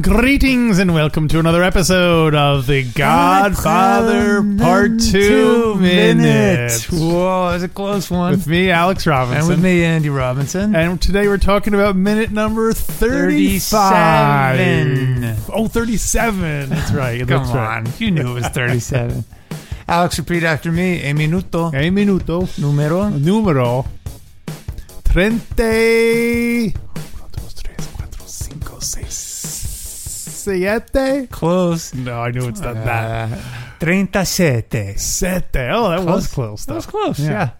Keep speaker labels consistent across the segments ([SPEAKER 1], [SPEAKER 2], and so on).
[SPEAKER 1] Greetings and welcome to another episode of The Godfather
[SPEAKER 2] Welcome
[SPEAKER 1] Part
[SPEAKER 2] to
[SPEAKER 1] 2 Minute.
[SPEAKER 2] Minute. Whoa, it was a close one.
[SPEAKER 1] With me, Alex
[SPEAKER 2] and
[SPEAKER 1] Robinson.
[SPEAKER 2] with me, Andy Robinson.
[SPEAKER 1] And today we're talking about minute number 35.
[SPEAKER 2] 37.
[SPEAKER 1] Oh, 37. That's right.
[SPEAKER 2] Come
[SPEAKER 1] That's right.
[SPEAKER 2] on, you knew it was 37. Alex, repeat after me. A minuto.
[SPEAKER 1] A minuto.
[SPEAKER 2] Numero.
[SPEAKER 1] Numero. Trente. Siete.
[SPEAKER 2] Close.
[SPEAKER 1] No, I knew it's not that.
[SPEAKER 2] Uh, 37.
[SPEAKER 1] Sete. Oh, that was close,
[SPEAKER 2] That
[SPEAKER 1] though.
[SPEAKER 2] was close,
[SPEAKER 1] Yeah.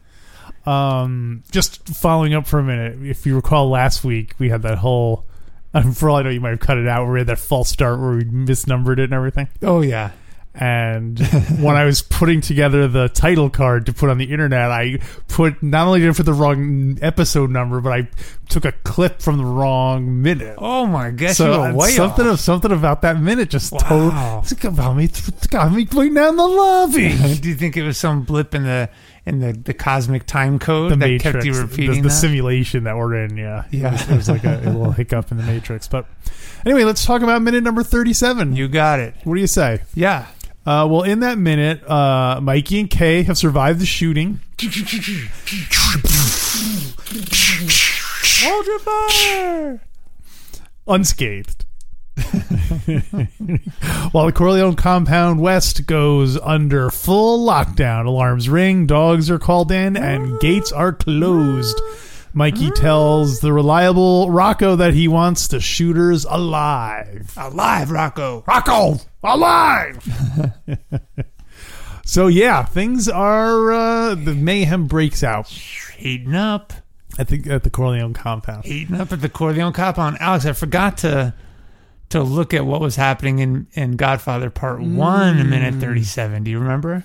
[SPEAKER 2] yeah.
[SPEAKER 1] Um, just following up for a minute, if you recall last week, we had that whole. Um, for all I know, you might have cut it out. where We had that false start where we misnumbered it and everything.
[SPEAKER 2] Oh, yeah.
[SPEAKER 1] And when I was putting together the title card to put on the internet, I put not only did I put the wrong episode number, but I took a clip from the wrong minute.
[SPEAKER 2] Oh, my gosh. you
[SPEAKER 1] so
[SPEAKER 2] were
[SPEAKER 1] and
[SPEAKER 2] way
[SPEAKER 1] something
[SPEAKER 2] off.
[SPEAKER 1] of something about that minute just
[SPEAKER 2] Wow.
[SPEAKER 1] to- got me got me waiting down the lobby.
[SPEAKER 2] Do you think it was some blip in the in the, the cosmic time code
[SPEAKER 1] the
[SPEAKER 2] that
[SPEAKER 1] matrix,
[SPEAKER 2] kept you
[SPEAKER 1] the-
[SPEAKER 2] repeating
[SPEAKER 1] the,
[SPEAKER 2] that?
[SPEAKER 1] simulation that we're in. Yeah, It
[SPEAKER 2] Yeah.
[SPEAKER 1] was- it was, like a, a little hiccup in the matrix. But anyway, let's talk about minute number thirty-seven.
[SPEAKER 2] you got it.
[SPEAKER 1] what do you say?
[SPEAKER 2] Yeah.
[SPEAKER 1] Uh, well, in that minute, uh, Mikey and Kay have survived the shooting.
[SPEAKER 2] Hold your fire.
[SPEAKER 1] unscathed. While the Corleone compound west goes under full lockdown, alarms ring, dogs are called in,
[SPEAKER 2] Ah.
[SPEAKER 1] and gates are closed. Mikey tells the reliable Rocco that he wants the shooters alive.
[SPEAKER 2] Alive, Rocco.
[SPEAKER 1] Rocco, alive! so, yeah, things are. Uh, the mayhem breaks out,
[SPEAKER 2] Heating up.
[SPEAKER 1] I think, at the Corleone compound.
[SPEAKER 2] eating up at the Corleone cop on Alex. I forgot to to look at what was happening in in Godfather Part One,
[SPEAKER 1] Mm.
[SPEAKER 2] a minute thirty seven. Do you remember?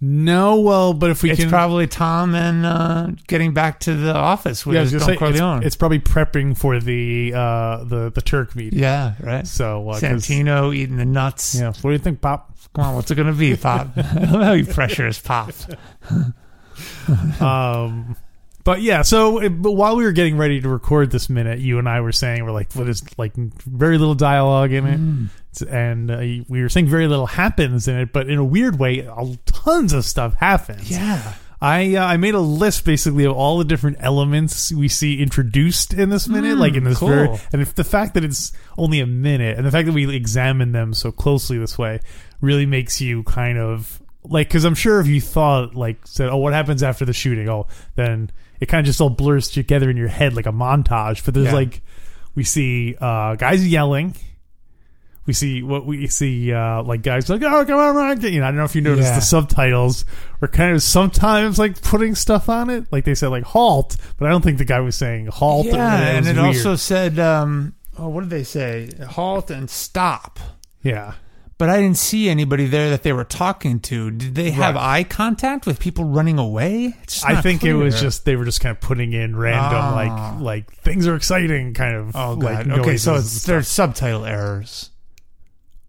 [SPEAKER 1] No, well, but if we
[SPEAKER 2] It's
[SPEAKER 1] can.
[SPEAKER 2] probably Tom and uh, getting back to the office with
[SPEAKER 1] Yeah, I was
[SPEAKER 2] Don
[SPEAKER 1] gonna say, it's-
[SPEAKER 2] Corleone.
[SPEAKER 1] It's, probably prepping for the uh, the the Turk meeting.
[SPEAKER 2] yeah, right.
[SPEAKER 1] So uh, 'cause-
[SPEAKER 2] Santino eating the nuts.
[SPEAKER 1] Yeah. What do you think, Pop?
[SPEAKER 2] Come on, what's it gonna be, Pop? How you pressure is Pop?
[SPEAKER 1] um, but yeah. So uh, but while we were getting ready to record this minute, you and I were saying we're like, well, there's like very little dialogue in it,
[SPEAKER 2] Mm-hmm.
[SPEAKER 1] It's- and uh, we were saying very little happens in it. But in a weird way, a- tons of stuff happens.
[SPEAKER 2] Yeah,
[SPEAKER 1] I uh, I made a list basically of all the different elements we see introduced in this minute, like in this
[SPEAKER 2] Hmm, cool.
[SPEAKER 1] very, and if the fact that it's only a minute, and the fact that we examine them so closely this way, really makes you kind of like because I'm sure if you thought like said, oh, what happens after the shooting? Oh, then it kind of just all blurs together in your head like a montage. But there's
[SPEAKER 2] Yeah.
[SPEAKER 1] like we see uh, guys yelling. We see what we see, uh, like guys like, oh, come on, Rocket. You know, I don't know if you noticed
[SPEAKER 2] Yeah.
[SPEAKER 1] the subtitles were kind of sometimes like putting stuff on it. Like they said, like halt, but I don't think the guy was saying halt. or
[SPEAKER 2] yeah,
[SPEAKER 1] whatever.
[SPEAKER 2] and
[SPEAKER 1] was
[SPEAKER 2] it
[SPEAKER 1] weird.
[SPEAKER 2] also said, um, oh, what did they say? Halt and stop.
[SPEAKER 1] yeah,
[SPEAKER 2] But I didn't see anybody there that they were talking to. Did they have eye contact with people running away? It's just
[SPEAKER 1] I
[SPEAKER 2] not
[SPEAKER 1] think it
[SPEAKER 2] clear.
[SPEAKER 1] was just they were just kind of putting in random
[SPEAKER 2] Ah.
[SPEAKER 1] like like things are exciting kind of.
[SPEAKER 2] Oh
[SPEAKER 1] like,
[SPEAKER 2] god. okay, so
[SPEAKER 1] noises.
[SPEAKER 2] it's there's subtitle errors.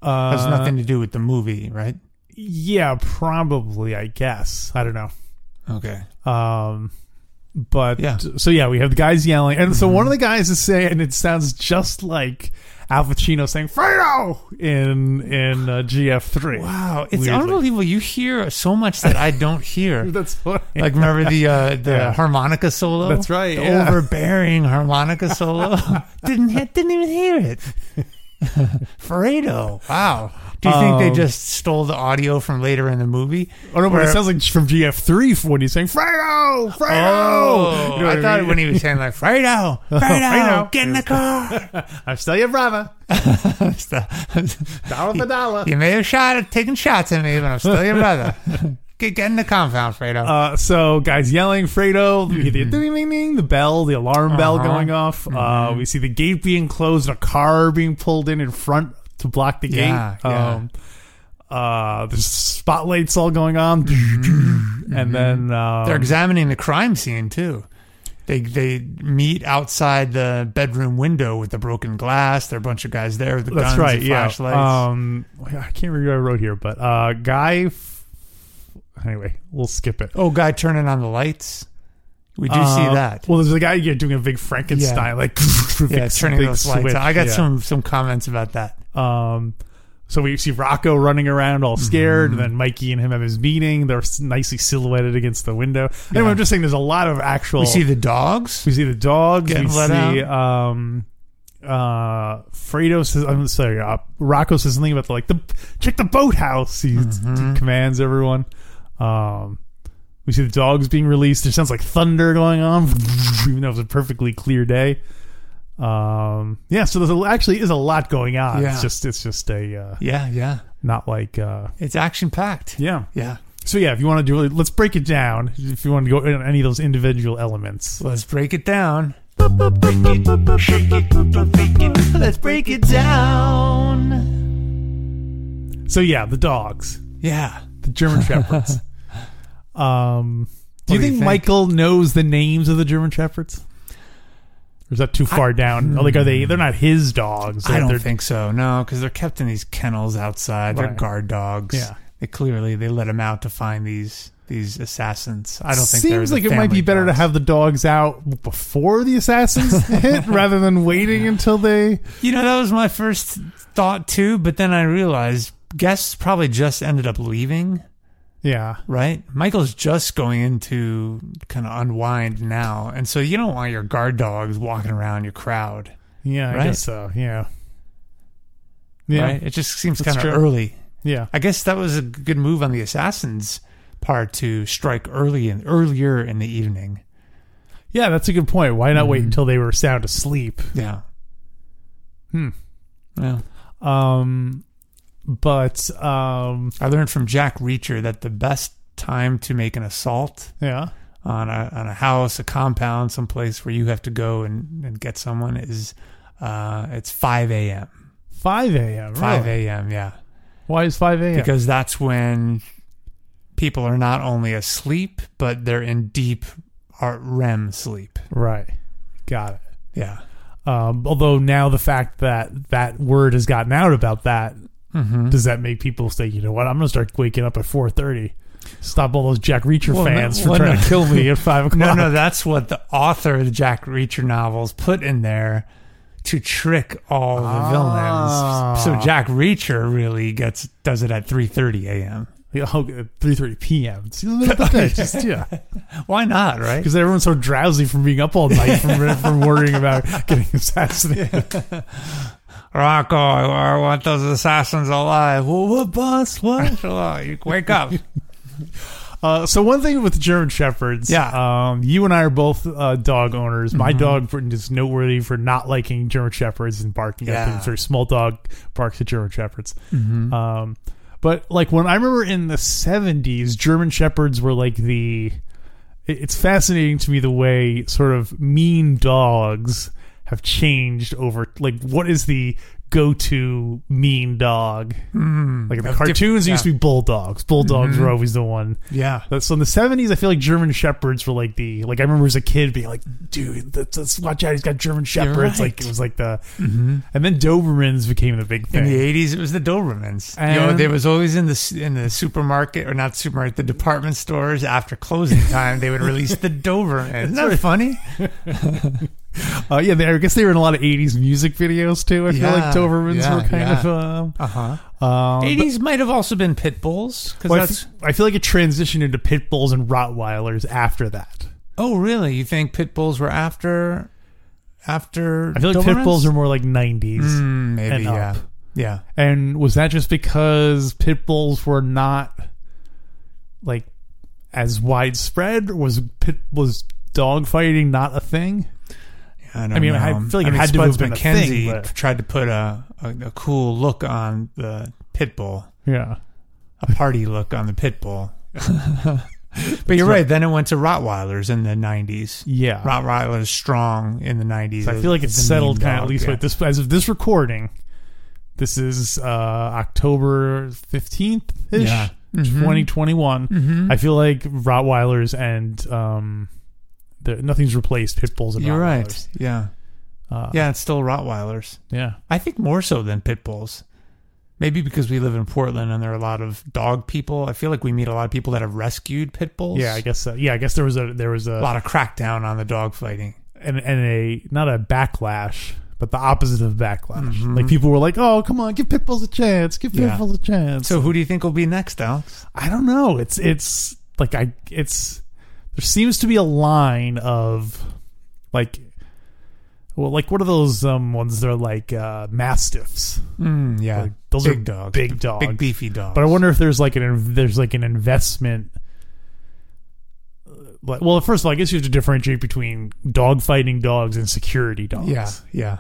[SPEAKER 1] uh,
[SPEAKER 2] Has nothing to do with the movie, right?
[SPEAKER 1] Yeah, probably. I guess I don't know.
[SPEAKER 2] Okay.
[SPEAKER 1] Um, but
[SPEAKER 2] Yeah. Mm-hmm.
[SPEAKER 1] so yeah, we have the guys yelling, and so one of the guys is saying, and it sounds just like Al Pacino saying "Fredo" in in uh, GF three.
[SPEAKER 2] Wow, it's
[SPEAKER 1] Weirdly.
[SPEAKER 2] unbelievable. You hear so much that I don't hear.
[SPEAKER 1] that's funny.
[SPEAKER 2] Like remember the uh, the
[SPEAKER 1] Yeah.
[SPEAKER 2] harmonica solo?
[SPEAKER 1] That's right,
[SPEAKER 2] The
[SPEAKER 1] yeah.
[SPEAKER 2] overbearing harmonica solo. didn't he- didn't even hear it. Fredo. Wow. Do you think
[SPEAKER 1] Um,
[SPEAKER 2] they just stole the audio from later in the movie?
[SPEAKER 1] oh no, but it
[SPEAKER 2] Where-
[SPEAKER 1] sounds like from GF three when he's saying "Fredo, Fredo."
[SPEAKER 2] Oh,
[SPEAKER 1] You know what Oh,
[SPEAKER 2] I thought when he was saying like Fredo, Fredo,
[SPEAKER 1] Fredo.
[SPEAKER 2] get in the car.
[SPEAKER 1] I'm still your brother,
[SPEAKER 2] It's the-
[SPEAKER 1] dollar for dollar.
[SPEAKER 2] you may have shot taking shots at me, but I'm still your brother. Get, get in the compound, Fredo.
[SPEAKER 1] Uh, so guys yelling, Fredo, we hear the ding ding ding, the bell, the alarm bell
[SPEAKER 2] Mm-hmm. Uh-huh.
[SPEAKER 1] going off. Uh, we see the gate being closed and a car being pulled in in front to block the
[SPEAKER 2] Yeah,
[SPEAKER 1] gate.
[SPEAKER 2] yeah.
[SPEAKER 1] Um, uh, there's spotlights all going on. and then um,
[SPEAKER 2] Mm-hmm. They're examining the crime scene too. They they meet outside the bedroom window with the broken glass. There are a bunch of guys there with the
[SPEAKER 1] that's
[SPEAKER 2] guns
[SPEAKER 1] right.
[SPEAKER 2] and
[SPEAKER 1] Yeah.
[SPEAKER 2] flashlights.
[SPEAKER 1] Um, I can't remember what I wrote here, but uh, guy. F- anyway, we'll skip it.
[SPEAKER 2] oh, guy turning on the lights. We do see
[SPEAKER 1] Uh,
[SPEAKER 2] that.
[SPEAKER 1] Well, there's a guy yeah, doing a big Frankenstein,
[SPEAKER 2] Yeah.
[SPEAKER 1] like
[SPEAKER 2] yeah,
[SPEAKER 1] big-
[SPEAKER 2] turning
[SPEAKER 1] big
[SPEAKER 2] those lights.
[SPEAKER 1] switch.
[SPEAKER 2] on. I got
[SPEAKER 1] Yeah.
[SPEAKER 2] some some comments about that.
[SPEAKER 1] Um, so we see Rocco running around all scared,
[SPEAKER 2] Mm-hmm.
[SPEAKER 1] and then Mikey and him have his meeting. They're s- nicely silhouetted against the window. Anyway,
[SPEAKER 2] Yeah.
[SPEAKER 1] I'm just saying there's a lot of actual.
[SPEAKER 2] We see the dogs.
[SPEAKER 1] we see the dogs.
[SPEAKER 2] Getting
[SPEAKER 1] We
[SPEAKER 2] let
[SPEAKER 1] see um, uh, Fredo says, "I'm sorry." Uh, Rocco says something about the, like the check the boathouse. He
[SPEAKER 2] Mhm.
[SPEAKER 1] commands everyone. Um, we see the dogs being released. There sounds like thunder going on, even though it was a perfectly clear day. Um, yeah, so there's a, actually is a lot going on.
[SPEAKER 2] Yeah.
[SPEAKER 1] It's just it's just a uh,
[SPEAKER 2] Yeah, yeah.
[SPEAKER 1] not like uh,
[SPEAKER 2] It's action packed.
[SPEAKER 1] yeah.
[SPEAKER 2] Yeah.
[SPEAKER 1] So yeah, if you want to do, it, let's break it down. If you want to go in on any of those individual elements,
[SPEAKER 2] Let's break it down.
[SPEAKER 3] Let's break it down.
[SPEAKER 1] so yeah, the dogs,
[SPEAKER 2] Yeah.
[SPEAKER 1] the German shepherds. um, do you,
[SPEAKER 2] What do you
[SPEAKER 1] think,
[SPEAKER 2] think?
[SPEAKER 1] Michael knows the names of the German shepherds? Or is that too far down? Like, are they? They're not his dogs.
[SPEAKER 2] Hmm. I
[SPEAKER 1] They're-
[SPEAKER 2] don't think so. No, because they're kept in these kennels outside. They're
[SPEAKER 1] Right.
[SPEAKER 2] guard dogs.
[SPEAKER 1] Yeah.
[SPEAKER 2] They clearly they let them out to find these these assassins. I don't think they're
[SPEAKER 1] seems
[SPEAKER 2] the
[SPEAKER 1] like it might
[SPEAKER 2] family
[SPEAKER 1] be better
[SPEAKER 2] dogs.
[SPEAKER 1] to have the dogs out before the assassins hit rather than waiting until they.
[SPEAKER 2] You know, that was my first thought too. But then I realized guests probably just ended up leaving.
[SPEAKER 1] Yeah,
[SPEAKER 2] Right, Michael's just going into kind of unwind now, and so you don't want your guard dogs walking around your crowd.
[SPEAKER 1] yeah, I
[SPEAKER 2] Right.
[SPEAKER 1] guess so. Yeah, yeah,
[SPEAKER 2] Right, it just seems
[SPEAKER 1] That's
[SPEAKER 2] kind of
[SPEAKER 1] true.
[SPEAKER 2] early.
[SPEAKER 1] yeah.
[SPEAKER 2] I guess that was a good move on the assassins' part to strike early and earlier in the evening.
[SPEAKER 1] Yeah, that's a good point. Why not wait
[SPEAKER 2] Mm-hmm.
[SPEAKER 1] until they were sound asleep?
[SPEAKER 2] Yeah.
[SPEAKER 1] Hmm.
[SPEAKER 2] Yeah.
[SPEAKER 1] Um, but um,
[SPEAKER 2] I learned from Jack Reacher that the best time to make an assault
[SPEAKER 1] yeah,
[SPEAKER 2] on a on a house, a compound, someplace where you have to go and, and get someone is uh, it's five AM.
[SPEAKER 1] five a.m. Really?
[SPEAKER 2] Five AM, yeah.
[SPEAKER 1] Why is five a.m.?
[SPEAKER 2] Because that's when people are not only asleep, but they're in deep uh, REM sleep.
[SPEAKER 1] right, got it.
[SPEAKER 2] Yeah.
[SPEAKER 1] Um, although now the fact that that word has gotten out about that,
[SPEAKER 2] Mm-hmm.
[SPEAKER 1] does that make people say, you know what, I'm going to start waking up at 4:30? Stop all those Jack Reacher
[SPEAKER 2] Well, no-
[SPEAKER 1] fans for
[SPEAKER 2] well,
[SPEAKER 1] trying
[SPEAKER 2] no.
[SPEAKER 1] to kill me at five
[SPEAKER 2] No,
[SPEAKER 1] o'clock.
[SPEAKER 2] no, that's what the author of the Jack Reacher novels put in there to trick all the
[SPEAKER 1] Ah.
[SPEAKER 2] villains. So Jack Reacher really gets does it at 3:30 a.m.
[SPEAKER 1] Yeah, oh, 3:30 p.m. It's a little bit good, just yeah,
[SPEAKER 2] Why not, right?
[SPEAKER 1] because everyone's so drowsy from being up all night from, from worrying about getting assassinated.
[SPEAKER 2] Rocco, I want those assassins alive. Well, what boss? What? Oh, you wake up.
[SPEAKER 1] Uh, so one thing with German shepherds,
[SPEAKER 2] Yeah.
[SPEAKER 1] um, you and I are both uh, dog owners. My
[SPEAKER 2] Mm-hmm.
[SPEAKER 1] dog Britain is noteworthy for not liking German shepherds and barking at them.
[SPEAKER 2] Yeah. Mm-hmm.
[SPEAKER 1] It's very small dog barks at German shepherds. Um, but like when I remember in the seventies, German shepherds were like the. it- It's fascinating to me the way sort of mean dogs have changed over. Like, what is the go-to mean dog? Like in the
[SPEAKER 2] Mm. Of diff- Mm-hmm.
[SPEAKER 1] cartoons, it used to be bulldogs. Bulldogs were always the one.
[SPEAKER 2] Yeah.
[SPEAKER 1] But- So in the seventies, I feel like German shepherds were like the like I remember as a kid being like, dude, let's, let's watch out, he's got German shepherds. Like
[SPEAKER 2] right. Mm-hmm.
[SPEAKER 1] it was like the, and then Dobermans became the big thing.
[SPEAKER 2] In the 80s, it was the Dobermans. you know,
[SPEAKER 1] And-
[SPEAKER 2] they was always in the s- in the supermarket or not supermarket, the department stores after closing time. they would release the Dobermans. Isn't that funny?
[SPEAKER 1] Uh, yeah, they, I guess they were in a lot of '80s music videos too. I
[SPEAKER 2] Yeah,
[SPEAKER 1] feel like Dobermans
[SPEAKER 2] yeah,
[SPEAKER 1] were kind
[SPEAKER 2] yeah.
[SPEAKER 1] of. Um,
[SPEAKER 2] Uh huh.
[SPEAKER 1] um, but-
[SPEAKER 2] 80s might have also been pit bulls because
[SPEAKER 1] well, I,
[SPEAKER 2] that's
[SPEAKER 1] f- I feel like it transitioned into pit bulls and Rottweilers after that.
[SPEAKER 2] oh really you think pit bulls were after after
[SPEAKER 1] I feel like pit bulls are more like '90s.
[SPEAKER 2] mm, maybe
[SPEAKER 1] and up.
[SPEAKER 2] yeah yeah
[SPEAKER 1] And was that just because pit bulls were not like as widespread? Or was pit was dog fighting not a thing?
[SPEAKER 2] I,
[SPEAKER 1] I mean, I feel like it had to have
[SPEAKER 2] Spuds
[SPEAKER 1] been a
[SPEAKER 2] McKenzie
[SPEAKER 1] thing, but-
[SPEAKER 2] tried to put a, a a cool look on the pit bull
[SPEAKER 1] Yeah.
[SPEAKER 2] a party look on the pit bull but you're right then it went to Rottweilers in the 90s
[SPEAKER 1] Yeah.
[SPEAKER 2] Rottweilers strong in the 90s
[SPEAKER 1] I feel like it's
[SPEAKER 2] the mean
[SPEAKER 1] settled kind of at
[SPEAKER 2] dog,
[SPEAKER 1] least
[SPEAKER 2] yeah.
[SPEAKER 1] with this as of this recording. This is uh October fifteenth ish.
[SPEAKER 2] Yeah.
[SPEAKER 1] 2021.
[SPEAKER 2] Mm-hmm.
[SPEAKER 1] I feel like Rottweilers and um, there- nothing's replaced pit bulls and
[SPEAKER 2] You're
[SPEAKER 1] Rottweilers.
[SPEAKER 2] right. Yeah.
[SPEAKER 1] Uh,
[SPEAKER 2] Yeah, it's still Rottweilers.
[SPEAKER 1] yeah.
[SPEAKER 2] I think more so than pit bulls. Maybe because we live in Portland and there are a lot of dog people. I feel like we meet a lot of people that have rescued pit bulls.
[SPEAKER 1] Yeah, I guess. So. Yeah, I guess there was a there was
[SPEAKER 2] a
[SPEAKER 1] a
[SPEAKER 2] lot of crackdown on the dog fighting.
[SPEAKER 1] and and a not a backlash, but the opposite of backlash. Like people were like, "Oh, come on, give pit bulls a chance, give pit
[SPEAKER 2] Mm-hmm. Yeah.
[SPEAKER 1] bulls a chance."
[SPEAKER 2] So who do you think will be next, Alex?
[SPEAKER 1] I don't know. It's it's like I it's there seems to be a line of like well like what are those um ones that are like uh mastiffs
[SPEAKER 2] Mm, yeah,
[SPEAKER 1] Like, Hmm, those
[SPEAKER 2] big
[SPEAKER 1] are
[SPEAKER 2] dogs,
[SPEAKER 1] big dogs
[SPEAKER 2] big beefy dogs.
[SPEAKER 1] but I wonder if there's like an inv- there's like an investment uh, like well first of all I guess you have to differentiate between dog fighting dogs and security dogs
[SPEAKER 2] Yeah, yeah,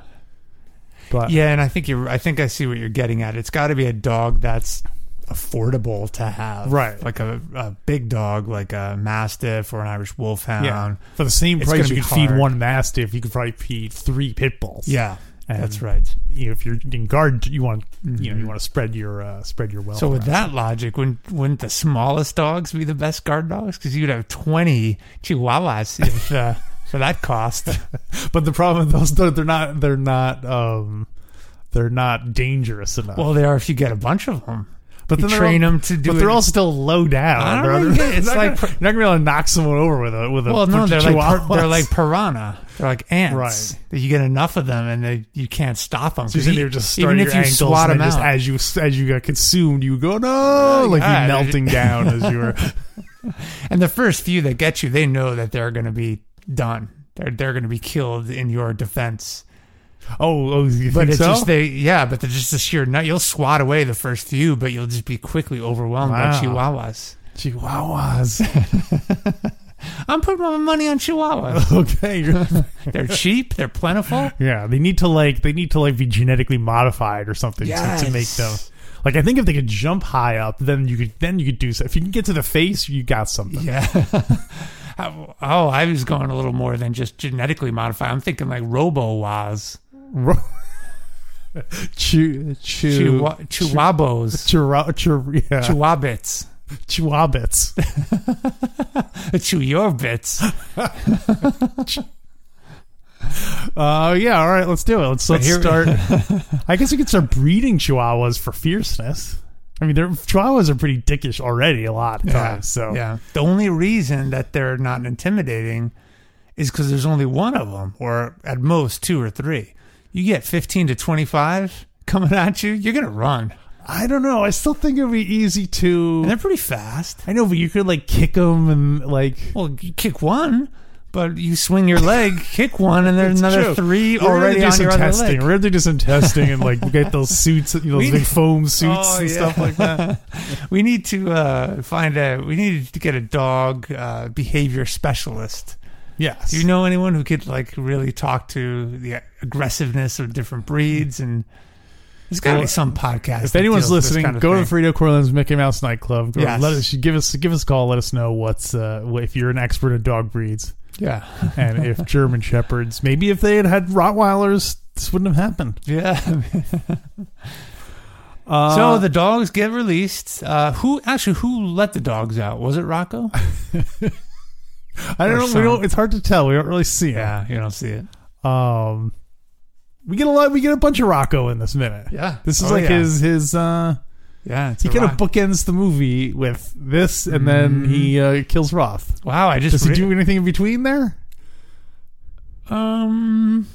[SPEAKER 1] but
[SPEAKER 2] yeah. And I think you're. I think I see what you're getting at. It's got to be a dog that's affordable to have,
[SPEAKER 1] Right.
[SPEAKER 2] Like a, a big dog, like a mastiff or an Irish wolfhound.
[SPEAKER 1] yeah for the same
[SPEAKER 2] um, It's
[SPEAKER 1] price
[SPEAKER 2] gonna
[SPEAKER 1] you
[SPEAKER 2] be
[SPEAKER 1] could feed
[SPEAKER 2] hard.
[SPEAKER 1] one mastiff you could probably feed three pit bulls
[SPEAKER 2] Yeah,
[SPEAKER 1] And-
[SPEAKER 2] that's right. Mm-hmm.
[SPEAKER 1] you know, if you're in guard, you want you know you want to spread your uh, spread your wealth.
[SPEAKER 2] So with
[SPEAKER 1] around.
[SPEAKER 2] that logic, wouldn't wouldn't the smallest dogs be the best guard dogs? Because you'd have twenty Chihuahuas if, uh, for that cost.
[SPEAKER 1] but the problem with those they're, they're not they're not um they're not dangerous enough.
[SPEAKER 2] Well, they are if you get a bunch of them.
[SPEAKER 1] but
[SPEAKER 2] you
[SPEAKER 1] they're
[SPEAKER 2] train
[SPEAKER 1] all-
[SPEAKER 2] 'em to do
[SPEAKER 1] But they're
[SPEAKER 2] it-
[SPEAKER 1] all still low down.
[SPEAKER 2] I don't
[SPEAKER 1] They're
[SPEAKER 2] really
[SPEAKER 1] other-
[SPEAKER 2] get it. It's
[SPEAKER 1] you're
[SPEAKER 2] like-
[SPEAKER 1] not gonna, you're not gonna be able to knock someone over with a with a
[SPEAKER 2] Well, no,
[SPEAKER 1] bunch
[SPEAKER 2] they're
[SPEAKER 1] of
[SPEAKER 2] like pir-
[SPEAKER 1] chihuahuas.
[SPEAKER 2] they're like piranha. They're like ants.
[SPEAKER 1] Right.
[SPEAKER 2] That You get enough of them, and they, you can't stop them.
[SPEAKER 1] So you're sitting there just
[SPEAKER 2] even
[SPEAKER 1] starting
[SPEAKER 2] if
[SPEAKER 1] your
[SPEAKER 2] you
[SPEAKER 1] ankles
[SPEAKER 2] swat
[SPEAKER 1] and
[SPEAKER 2] them
[SPEAKER 1] then just
[SPEAKER 2] out,
[SPEAKER 1] as you as you got consumed, you go no, like
[SPEAKER 2] God.
[SPEAKER 1] you melting down as you were.
[SPEAKER 2] and the first few that get you, they know that they're going to be done. They're they're going to be killed in your defense.
[SPEAKER 1] Oh, oh, you
[SPEAKER 2] But
[SPEAKER 1] think
[SPEAKER 2] it's
[SPEAKER 1] so?
[SPEAKER 2] just they, yeah. But they're just the sheer nut. You'll swat away the first few, but you'll just be quickly overwhelmed by
[SPEAKER 1] Wow.
[SPEAKER 2] chihuahuas.
[SPEAKER 1] chihuahuas.
[SPEAKER 2] I'm putting my money on chihuahuas.
[SPEAKER 1] okay, you're-
[SPEAKER 2] they're cheap. They're plentiful.
[SPEAKER 1] Yeah, they need to like they need to like be genetically modified or something to- to, make
[SPEAKER 2] Yes.
[SPEAKER 1] them. Like I think if they could jump high up, then you could then you could do so. If you can get to the face, you got something.
[SPEAKER 2] Yeah. oh, I was going a little more than just genetically modified. I'm thinking like robo was.
[SPEAKER 1] Ro- chew, chew,
[SPEAKER 2] Chihu- Chihuahuas.
[SPEAKER 1] chira- chir- yeah,
[SPEAKER 2] Chihuahuas.
[SPEAKER 1] chihuahuas.
[SPEAKER 2] Chew your bits.
[SPEAKER 1] Uh, yeah. All right, let's do it. Let's let's
[SPEAKER 2] here-
[SPEAKER 1] start. I guess we could start breeding chihuahuas for fierceness. I mean, they're, chihuahuas are pretty dickish already a lot of times. So
[SPEAKER 2] yeah. Oh. The only reason that they're not intimidating is because there's only one of them, or at most two or three. You get 15 to 25 coming at you, you're going to run.
[SPEAKER 1] I don't know. I still think it would be easy to.
[SPEAKER 2] And they're pretty fast.
[SPEAKER 1] I know, but you could like kick them and like
[SPEAKER 2] Well, you kick one, but you swing your leg, kick one, and there's
[SPEAKER 1] It's
[SPEAKER 2] another
[SPEAKER 1] true.
[SPEAKER 2] three
[SPEAKER 1] We're
[SPEAKER 2] already
[SPEAKER 1] gonna do
[SPEAKER 2] on
[SPEAKER 1] some
[SPEAKER 2] your other
[SPEAKER 1] testing.
[SPEAKER 2] leg.
[SPEAKER 1] We're gonna do some testing and like get those suits, you know,
[SPEAKER 2] We-
[SPEAKER 1] those big foam suits
[SPEAKER 2] Oh,
[SPEAKER 1] and
[SPEAKER 2] yeah.
[SPEAKER 1] stuff like that.
[SPEAKER 2] We need to uh, find a. We need to get a dog uh, behavior specialist.
[SPEAKER 1] Yes.
[SPEAKER 2] Do you know anyone who could like really talk to the aggressiveness of different breeds? And there's got to be
[SPEAKER 1] Well,
[SPEAKER 2] some podcast.
[SPEAKER 1] if
[SPEAKER 2] that
[SPEAKER 1] anyone's
[SPEAKER 2] deals with this
[SPEAKER 1] listening,
[SPEAKER 2] kind of
[SPEAKER 1] go
[SPEAKER 2] thing.
[SPEAKER 1] to Frito Corlin's Mickey Mouse nightclub. Go-
[SPEAKER 2] Yes.
[SPEAKER 1] Let us give us give us a call. Let us know what's uh, what- if you're an expert in dog breeds
[SPEAKER 2] yeah,
[SPEAKER 1] and if German shepherds. Maybe if they had had Rottweilers, this wouldn't have happened.
[SPEAKER 2] yeah.
[SPEAKER 1] Uh,
[SPEAKER 2] so the dogs get released. Uh, who actually who let the dogs out? Was it Rocco?
[SPEAKER 1] I don't know.
[SPEAKER 2] some.
[SPEAKER 1] We don't. It's hard to tell. We don't really see it.
[SPEAKER 2] you don't see it.
[SPEAKER 1] Um, we get a lot. We get a bunch of Rocco in this minute.
[SPEAKER 2] Yeah,
[SPEAKER 1] This is
[SPEAKER 2] Oh,
[SPEAKER 1] like
[SPEAKER 2] yeah.
[SPEAKER 1] his his. uh
[SPEAKER 2] yeah. It's
[SPEAKER 1] He
[SPEAKER 2] a
[SPEAKER 1] kind
[SPEAKER 2] Roc-
[SPEAKER 1] of bookends the movie with this, and then he uh, kills Roth.
[SPEAKER 2] wow. I
[SPEAKER 1] Does
[SPEAKER 2] just
[SPEAKER 1] he
[SPEAKER 2] re-
[SPEAKER 1] do anything in between there?
[SPEAKER 2] um.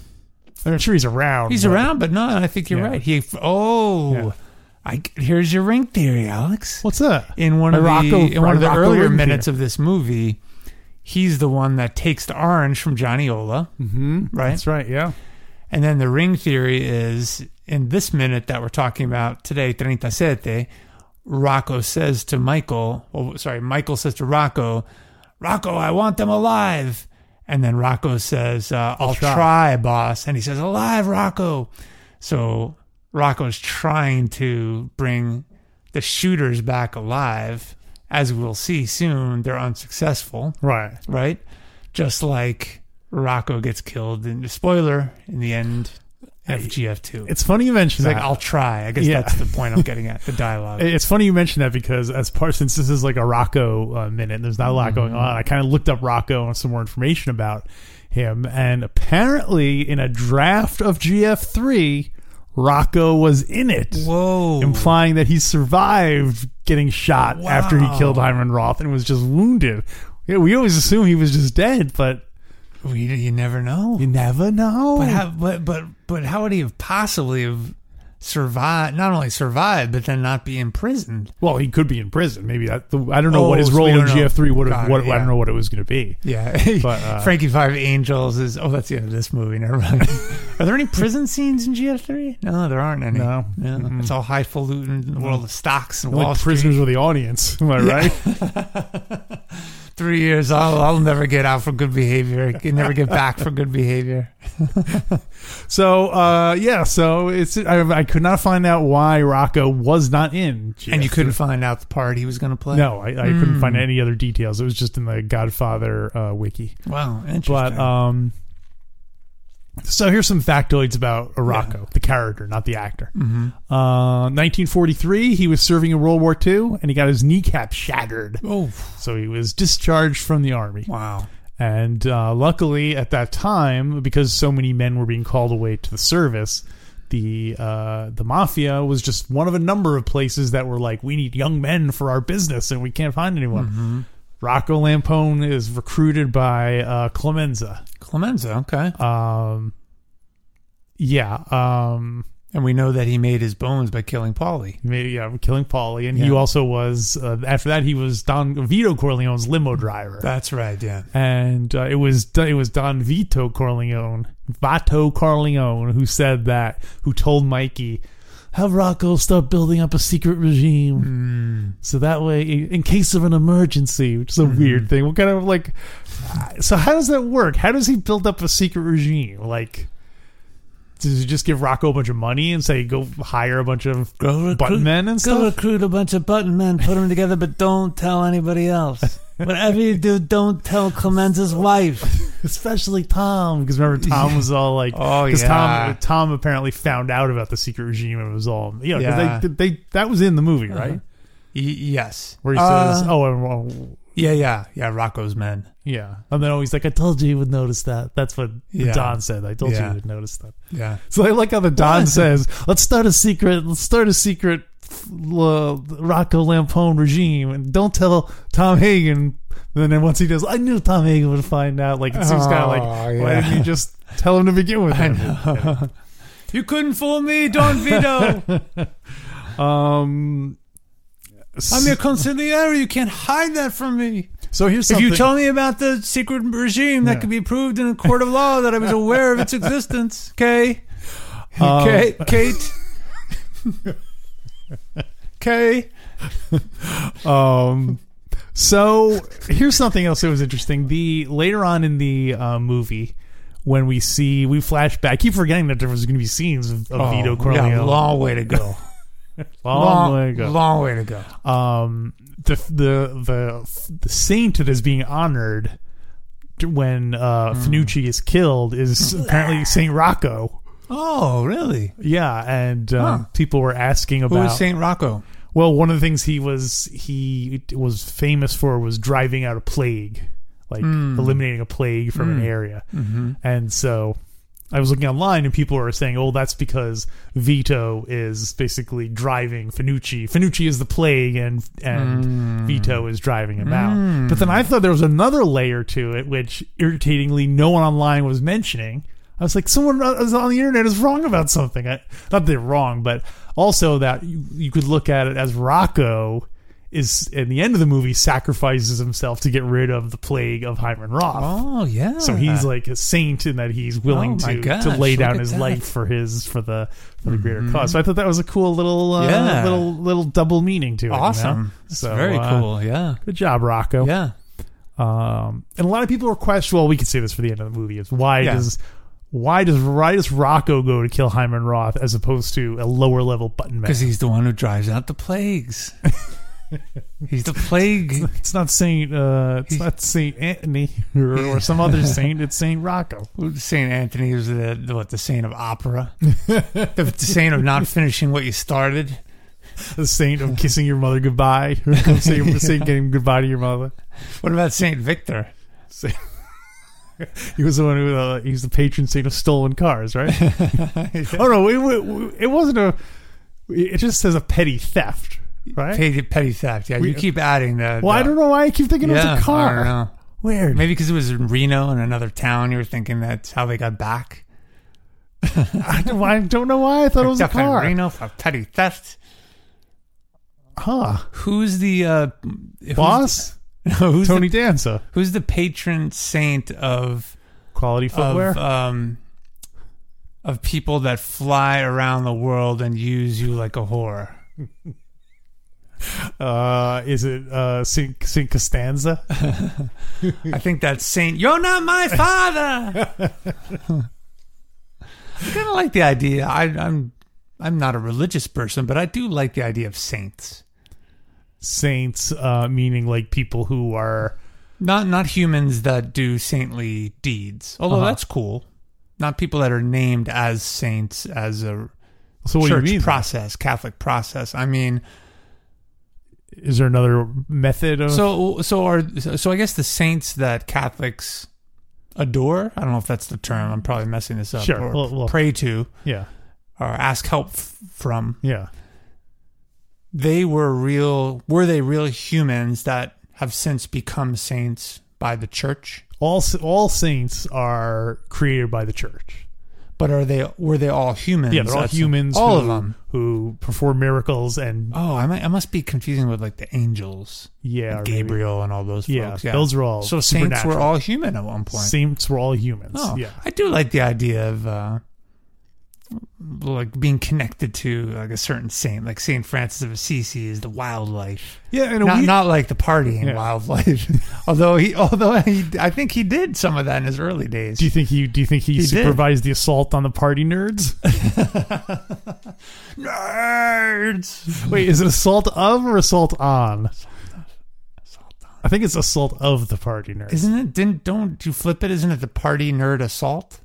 [SPEAKER 1] I'm sure he's around.
[SPEAKER 2] He's
[SPEAKER 1] but-
[SPEAKER 2] around, but no, I think you're
[SPEAKER 1] Yeah.
[SPEAKER 2] right. He oh,
[SPEAKER 1] Yeah.
[SPEAKER 2] I here's your ring theory, Alex.
[SPEAKER 1] What's that?
[SPEAKER 2] In one of
[SPEAKER 1] A Rocco-
[SPEAKER 2] the in one of
[SPEAKER 1] a
[SPEAKER 2] the
[SPEAKER 1] Rocco
[SPEAKER 2] earlier
[SPEAKER 1] ring
[SPEAKER 2] minutes of this movie, he's the one that takes the orange from Johnny Ola,
[SPEAKER 1] Mm-hmm.
[SPEAKER 2] right?
[SPEAKER 1] That's right. Yeah.
[SPEAKER 2] And then the ring theory is in this minute that we're talking about today, Treintasete, Rocco says to Michael, oh, sorry, Michael says to Rocco, Rocco, I want them alive. And then Rocco says, uh, I'll, try.
[SPEAKER 1] try.
[SPEAKER 2] boss. And he says, alive, Rocco. So Rocco's trying to bring the shooters back alive. As we'll see soon, they're unsuccessful
[SPEAKER 1] Right.
[SPEAKER 2] right? Just like Rocco gets killed in spoiler in the end. FGF2.
[SPEAKER 1] It's funny you mention
[SPEAKER 2] She's like,
[SPEAKER 1] that.
[SPEAKER 2] I'll try. I guess
[SPEAKER 1] Yeah.
[SPEAKER 2] that's the point I'm getting at. The dialogue.
[SPEAKER 1] It's funny you mention that because as part since this is like a Rocco uh, minute, and there's not a lot going on. I kind of looked up Rocco and some more information about him, and apparently in a draft of GF3, Rocco was in it,
[SPEAKER 2] Whoa.
[SPEAKER 1] implying that he survived getting shot after he
[SPEAKER 2] Wow.
[SPEAKER 1] killed Hyman Roth and was just wounded. Yeah, we always assume he was just dead, but
[SPEAKER 2] Well, you, you never know.
[SPEAKER 1] you never know.
[SPEAKER 2] But how, but but but how would he have possibly have survived? Not only survived, but then not be imprisoned.
[SPEAKER 1] well, he could be in prison. Maybe that. I don't know what
[SPEAKER 2] Oh,
[SPEAKER 1] his
[SPEAKER 2] so we
[SPEAKER 1] role in
[SPEAKER 2] don't know.
[SPEAKER 1] GF3 would have.
[SPEAKER 2] Got it,
[SPEAKER 1] What, I
[SPEAKER 2] yeah.
[SPEAKER 1] don't know what it was going to be.
[SPEAKER 2] Yeah,
[SPEAKER 1] But, uh,
[SPEAKER 2] Frankie Five Angels is. Oh, that's the end of this movie. Never mind. Are there any prison scenes in GF three? No, there aren't any.
[SPEAKER 1] No.
[SPEAKER 2] it's all highfalutin in the world of stocks and
[SPEAKER 1] Like
[SPEAKER 2] Wall Street.
[SPEAKER 1] prisoners of the audience. Am I right?
[SPEAKER 2] Three years, I'll, I'll never get out for good behavior. I can never get back for good behavior.
[SPEAKER 1] So uh, yeah, so it's I, I could not find out why Rocco was not in, GF3.
[SPEAKER 2] And you couldn't Hmm. find out the part he was going to play.
[SPEAKER 1] No, I, I couldn't find any other details. It was just in the Godfather uh, wiki.
[SPEAKER 2] Wow, interesting.
[SPEAKER 1] But um, so here's some factoids about Rocco, the character, not the actor. Uh, 1943, he was serving in World War II, and he got his kneecap shattered,
[SPEAKER 2] oh,
[SPEAKER 1] so he was discharged from the army.
[SPEAKER 2] wow.
[SPEAKER 1] And uh, luckily, at that time, because so many men were being called away to the service, the uh, the mafia was just one of a number of places that were like, we need young men for our business, and we can't find anyone. Rocco Lampone is recruited by uh, Clemenza.
[SPEAKER 2] Clemenza, okay.
[SPEAKER 1] Um, yeah, um,
[SPEAKER 2] and we know that he made his bones by killing Polly.
[SPEAKER 1] he made- yeah, killing Polly, and he
[SPEAKER 2] Yeah.
[SPEAKER 1] also was uh, after that he was Don Vito Corleone's limo driver.
[SPEAKER 2] That's right, yeah.
[SPEAKER 1] and uh, it was it was Don Vito Corleone, Vato Corleone, who said that, who told Mikey, "Have Rocco start building up a secret regime,
[SPEAKER 2] Hmm.
[SPEAKER 1] so that way, in in case of an emergency, which is a weird thing. What kind of like, uh, so how does that work? How does he build up a secret regime? Like, does he just give Rocco a bunch of money and say go hire a bunch of
[SPEAKER 2] Go
[SPEAKER 1] button men and
[SPEAKER 2] Go
[SPEAKER 1] stuff?
[SPEAKER 2] recruit a bunch of button men, put them together, but don't tell anybody else. Whatever you do, don't tell Clemenza's wife.
[SPEAKER 1] especially Tom, because remember Tom was all like,
[SPEAKER 2] Oh,
[SPEAKER 1] 'cause
[SPEAKER 2] yeah.
[SPEAKER 1] Tom, Tom apparently found out about the secret regime and it was all, you know, 'cause
[SPEAKER 2] Yeah.
[SPEAKER 1] they, they that was in the movie, right?
[SPEAKER 2] Y- yes.
[SPEAKER 1] Where he
[SPEAKER 2] Uh,
[SPEAKER 1] says, oh, and, well,
[SPEAKER 2] yeah, yeah, yeah, Rocco's men.
[SPEAKER 1] yeah, and then always like, I told you you would notice that. That's what
[SPEAKER 2] Yeah.
[SPEAKER 1] Don said. I told you
[SPEAKER 2] Yeah.
[SPEAKER 1] you would notice that.
[SPEAKER 2] Yeah.
[SPEAKER 1] So I like how the Don says, let's start a secret, let's start a secret uh, Rocco Lampone regime, and don't tell Tom Hagen. And then once he does, I knew Tom Hagen would find out. Like it seems kind of like,
[SPEAKER 2] Oh,
[SPEAKER 1] why
[SPEAKER 2] yeah.
[SPEAKER 1] didn't you just tell him to begin with?
[SPEAKER 2] You couldn't fool me, Don Vito.
[SPEAKER 1] Um,
[SPEAKER 2] I'm your consigliere. You can't hide that from me.
[SPEAKER 1] so here's
[SPEAKER 2] If
[SPEAKER 1] something.
[SPEAKER 2] you tell me about the secret regime that
[SPEAKER 1] Yeah.
[SPEAKER 2] could be proved in a court of law that I was aware of its existence, okay?
[SPEAKER 1] Um,
[SPEAKER 2] okay, Kate. okay.
[SPEAKER 1] um, so here's something else that was interesting. The later on in the uh, movie, when we see we flash back, I keep forgetting that there was going to be scenes of, of Oh, Vito Corleone.
[SPEAKER 2] Oh, Yeah, long way to go.
[SPEAKER 1] Long way to go.
[SPEAKER 2] Long way to go.
[SPEAKER 1] um, the the the the saint that is being honored when uh,
[SPEAKER 2] Hmm.
[SPEAKER 1] Finucci is killed is apparently Saint Rocco.
[SPEAKER 2] Oh, really?
[SPEAKER 1] Yeah, and um,
[SPEAKER 2] Huh.
[SPEAKER 1] people were asking
[SPEAKER 2] Who
[SPEAKER 1] about
[SPEAKER 2] is Saint Rocco?
[SPEAKER 1] Well, one of the things he was he was famous for was driving out a plague, like eliminating a plague from an area. Mm-hmm. And so I was looking online and people were saying, "Oh, that's because Vito is basically driving Finucci. Finucci is the plague and and Vito is driving him out." But then I thought there was another layer to it which irritatingly no one online was mentioning. I was like, someone is on the internet is wrong about something. I, not that they're wrong, but also that you, you could look at it as Rocco is in the end of the movie sacrifices himself to get rid of the plague of Hyman Roth.
[SPEAKER 2] Oh, yeah.
[SPEAKER 1] So he's like a saint in that he's willing
[SPEAKER 2] Oh my
[SPEAKER 1] to
[SPEAKER 2] gosh,
[SPEAKER 1] to lay
[SPEAKER 2] look
[SPEAKER 1] down
[SPEAKER 2] at
[SPEAKER 1] his
[SPEAKER 2] that. Mm-hmm.
[SPEAKER 1] life for his for the for the greater cause. So I thought that was a cool little uh,
[SPEAKER 2] Yeah.
[SPEAKER 1] little little double meaning to it. you know?
[SPEAKER 2] awesome. That's
[SPEAKER 1] So,
[SPEAKER 2] very
[SPEAKER 1] uh,
[SPEAKER 2] cool. Yeah.
[SPEAKER 1] Good job, Rocco.
[SPEAKER 2] Yeah.
[SPEAKER 1] Um, and a lot of people are question. Well, we can say this for the end of the movie is why
[SPEAKER 2] Yeah.
[SPEAKER 1] does why does why does Rocco go to kill Hyman Roth as opposed to a lower level button man?
[SPEAKER 2] Because he's the one who drives out the plagues. He's the plague.
[SPEAKER 1] It's not Saint. Uh, it's not Saint Anthony or, or some other saint. It's Saint Rocco.
[SPEAKER 2] Saint Anthony is the the- what the saint of opera, the, the saint of not finishing what you started.
[SPEAKER 1] The saint of kissing your mother goodbye. saint, saint getting goodbye to your mother.
[SPEAKER 2] What about Saint Victor?
[SPEAKER 1] Saint- he was the one who. Uh, he's the patron saint of stolen cars, right? oh no, it, wa- it wasn't a. It just says a petty theft, right?
[SPEAKER 2] Petty, petty theft. Yeah,
[SPEAKER 1] We-
[SPEAKER 2] you keep adding the.
[SPEAKER 1] well, I
[SPEAKER 2] the-
[SPEAKER 1] don't know why I keep thinking
[SPEAKER 2] Yeah,
[SPEAKER 1] it was a
[SPEAKER 2] I
[SPEAKER 1] car.
[SPEAKER 2] don't know.
[SPEAKER 1] Weird.
[SPEAKER 2] Maybe because it was in Reno in another town, you were thinking that's how they got back.
[SPEAKER 1] I don't, I don't know why I thought it was a
[SPEAKER 2] Stuff in
[SPEAKER 1] car.
[SPEAKER 2] Reno for petty theft.
[SPEAKER 1] Huh?
[SPEAKER 2] Who's the uh, who's,
[SPEAKER 1] Boss
[SPEAKER 2] Who's
[SPEAKER 1] Tony
[SPEAKER 2] The,
[SPEAKER 1] Danza.
[SPEAKER 2] who's the patron saint of
[SPEAKER 1] Quality footwear.
[SPEAKER 2] of um of people that fly around the world and use you like a whore?
[SPEAKER 1] Uh, is it uh, Saint, Saint Costanza?
[SPEAKER 2] I think that's Saint. You're not my father. I kind of like the idea. I, I'm I'm not a religious person, but I do like the idea of saints.
[SPEAKER 1] Saints, uh, meaning like people who are
[SPEAKER 2] Not not humans that do saintly deeds. Although
[SPEAKER 1] Uh-huh.
[SPEAKER 2] that's cool. Not people that are named as saints as a
[SPEAKER 1] so. What
[SPEAKER 2] church
[SPEAKER 1] do you mean?
[SPEAKER 2] process, Catholic process. I mean,
[SPEAKER 1] is there another method of?
[SPEAKER 2] so so are so I guess the saints that Catholics adore. I don't know if that's the term. I'm probably messing this up.
[SPEAKER 1] Sure,
[SPEAKER 2] Or
[SPEAKER 1] well- well-
[SPEAKER 2] pray to
[SPEAKER 1] yeah,
[SPEAKER 2] or ask help f- from.
[SPEAKER 1] yeah.
[SPEAKER 2] They were real. Were they real humans that have since become saints by the church?
[SPEAKER 1] All s- all saints are created by the church.
[SPEAKER 2] But are they? Were they all humans?
[SPEAKER 1] Yeah, they're all
[SPEAKER 2] That's-
[SPEAKER 1] humans. who,
[SPEAKER 2] All of them.
[SPEAKER 1] who perform miracles and
[SPEAKER 2] Oh, I, might, I must be confusing with like the angels,
[SPEAKER 1] yeah, or maybe-
[SPEAKER 2] Gabriel, and all those
[SPEAKER 1] Yeah,
[SPEAKER 2] folks.
[SPEAKER 1] those are all
[SPEAKER 2] so saints were
[SPEAKER 1] supernatural.
[SPEAKER 2] all human at one point.
[SPEAKER 1] Saints were all humans.
[SPEAKER 2] Oh,
[SPEAKER 1] Yeah,
[SPEAKER 2] I do like the idea of uh, like being connected to like a certain saint, like Saint Francis of Assisi is the wildlife,
[SPEAKER 1] yeah. And
[SPEAKER 2] not not like the partying
[SPEAKER 1] Yeah.
[SPEAKER 2] wildlife. although he, although he, I think he did some of that in his early days.
[SPEAKER 1] do you think he? Do you think he,
[SPEAKER 2] did.
[SPEAKER 1] supervised the assault on the party nerds?
[SPEAKER 2] Nerds.
[SPEAKER 1] Wait, is it assault of or assault on? I think it's assault of the party nerds.
[SPEAKER 2] Isn't it? Didn't don't you flip it? Isn't it the party nerd assault?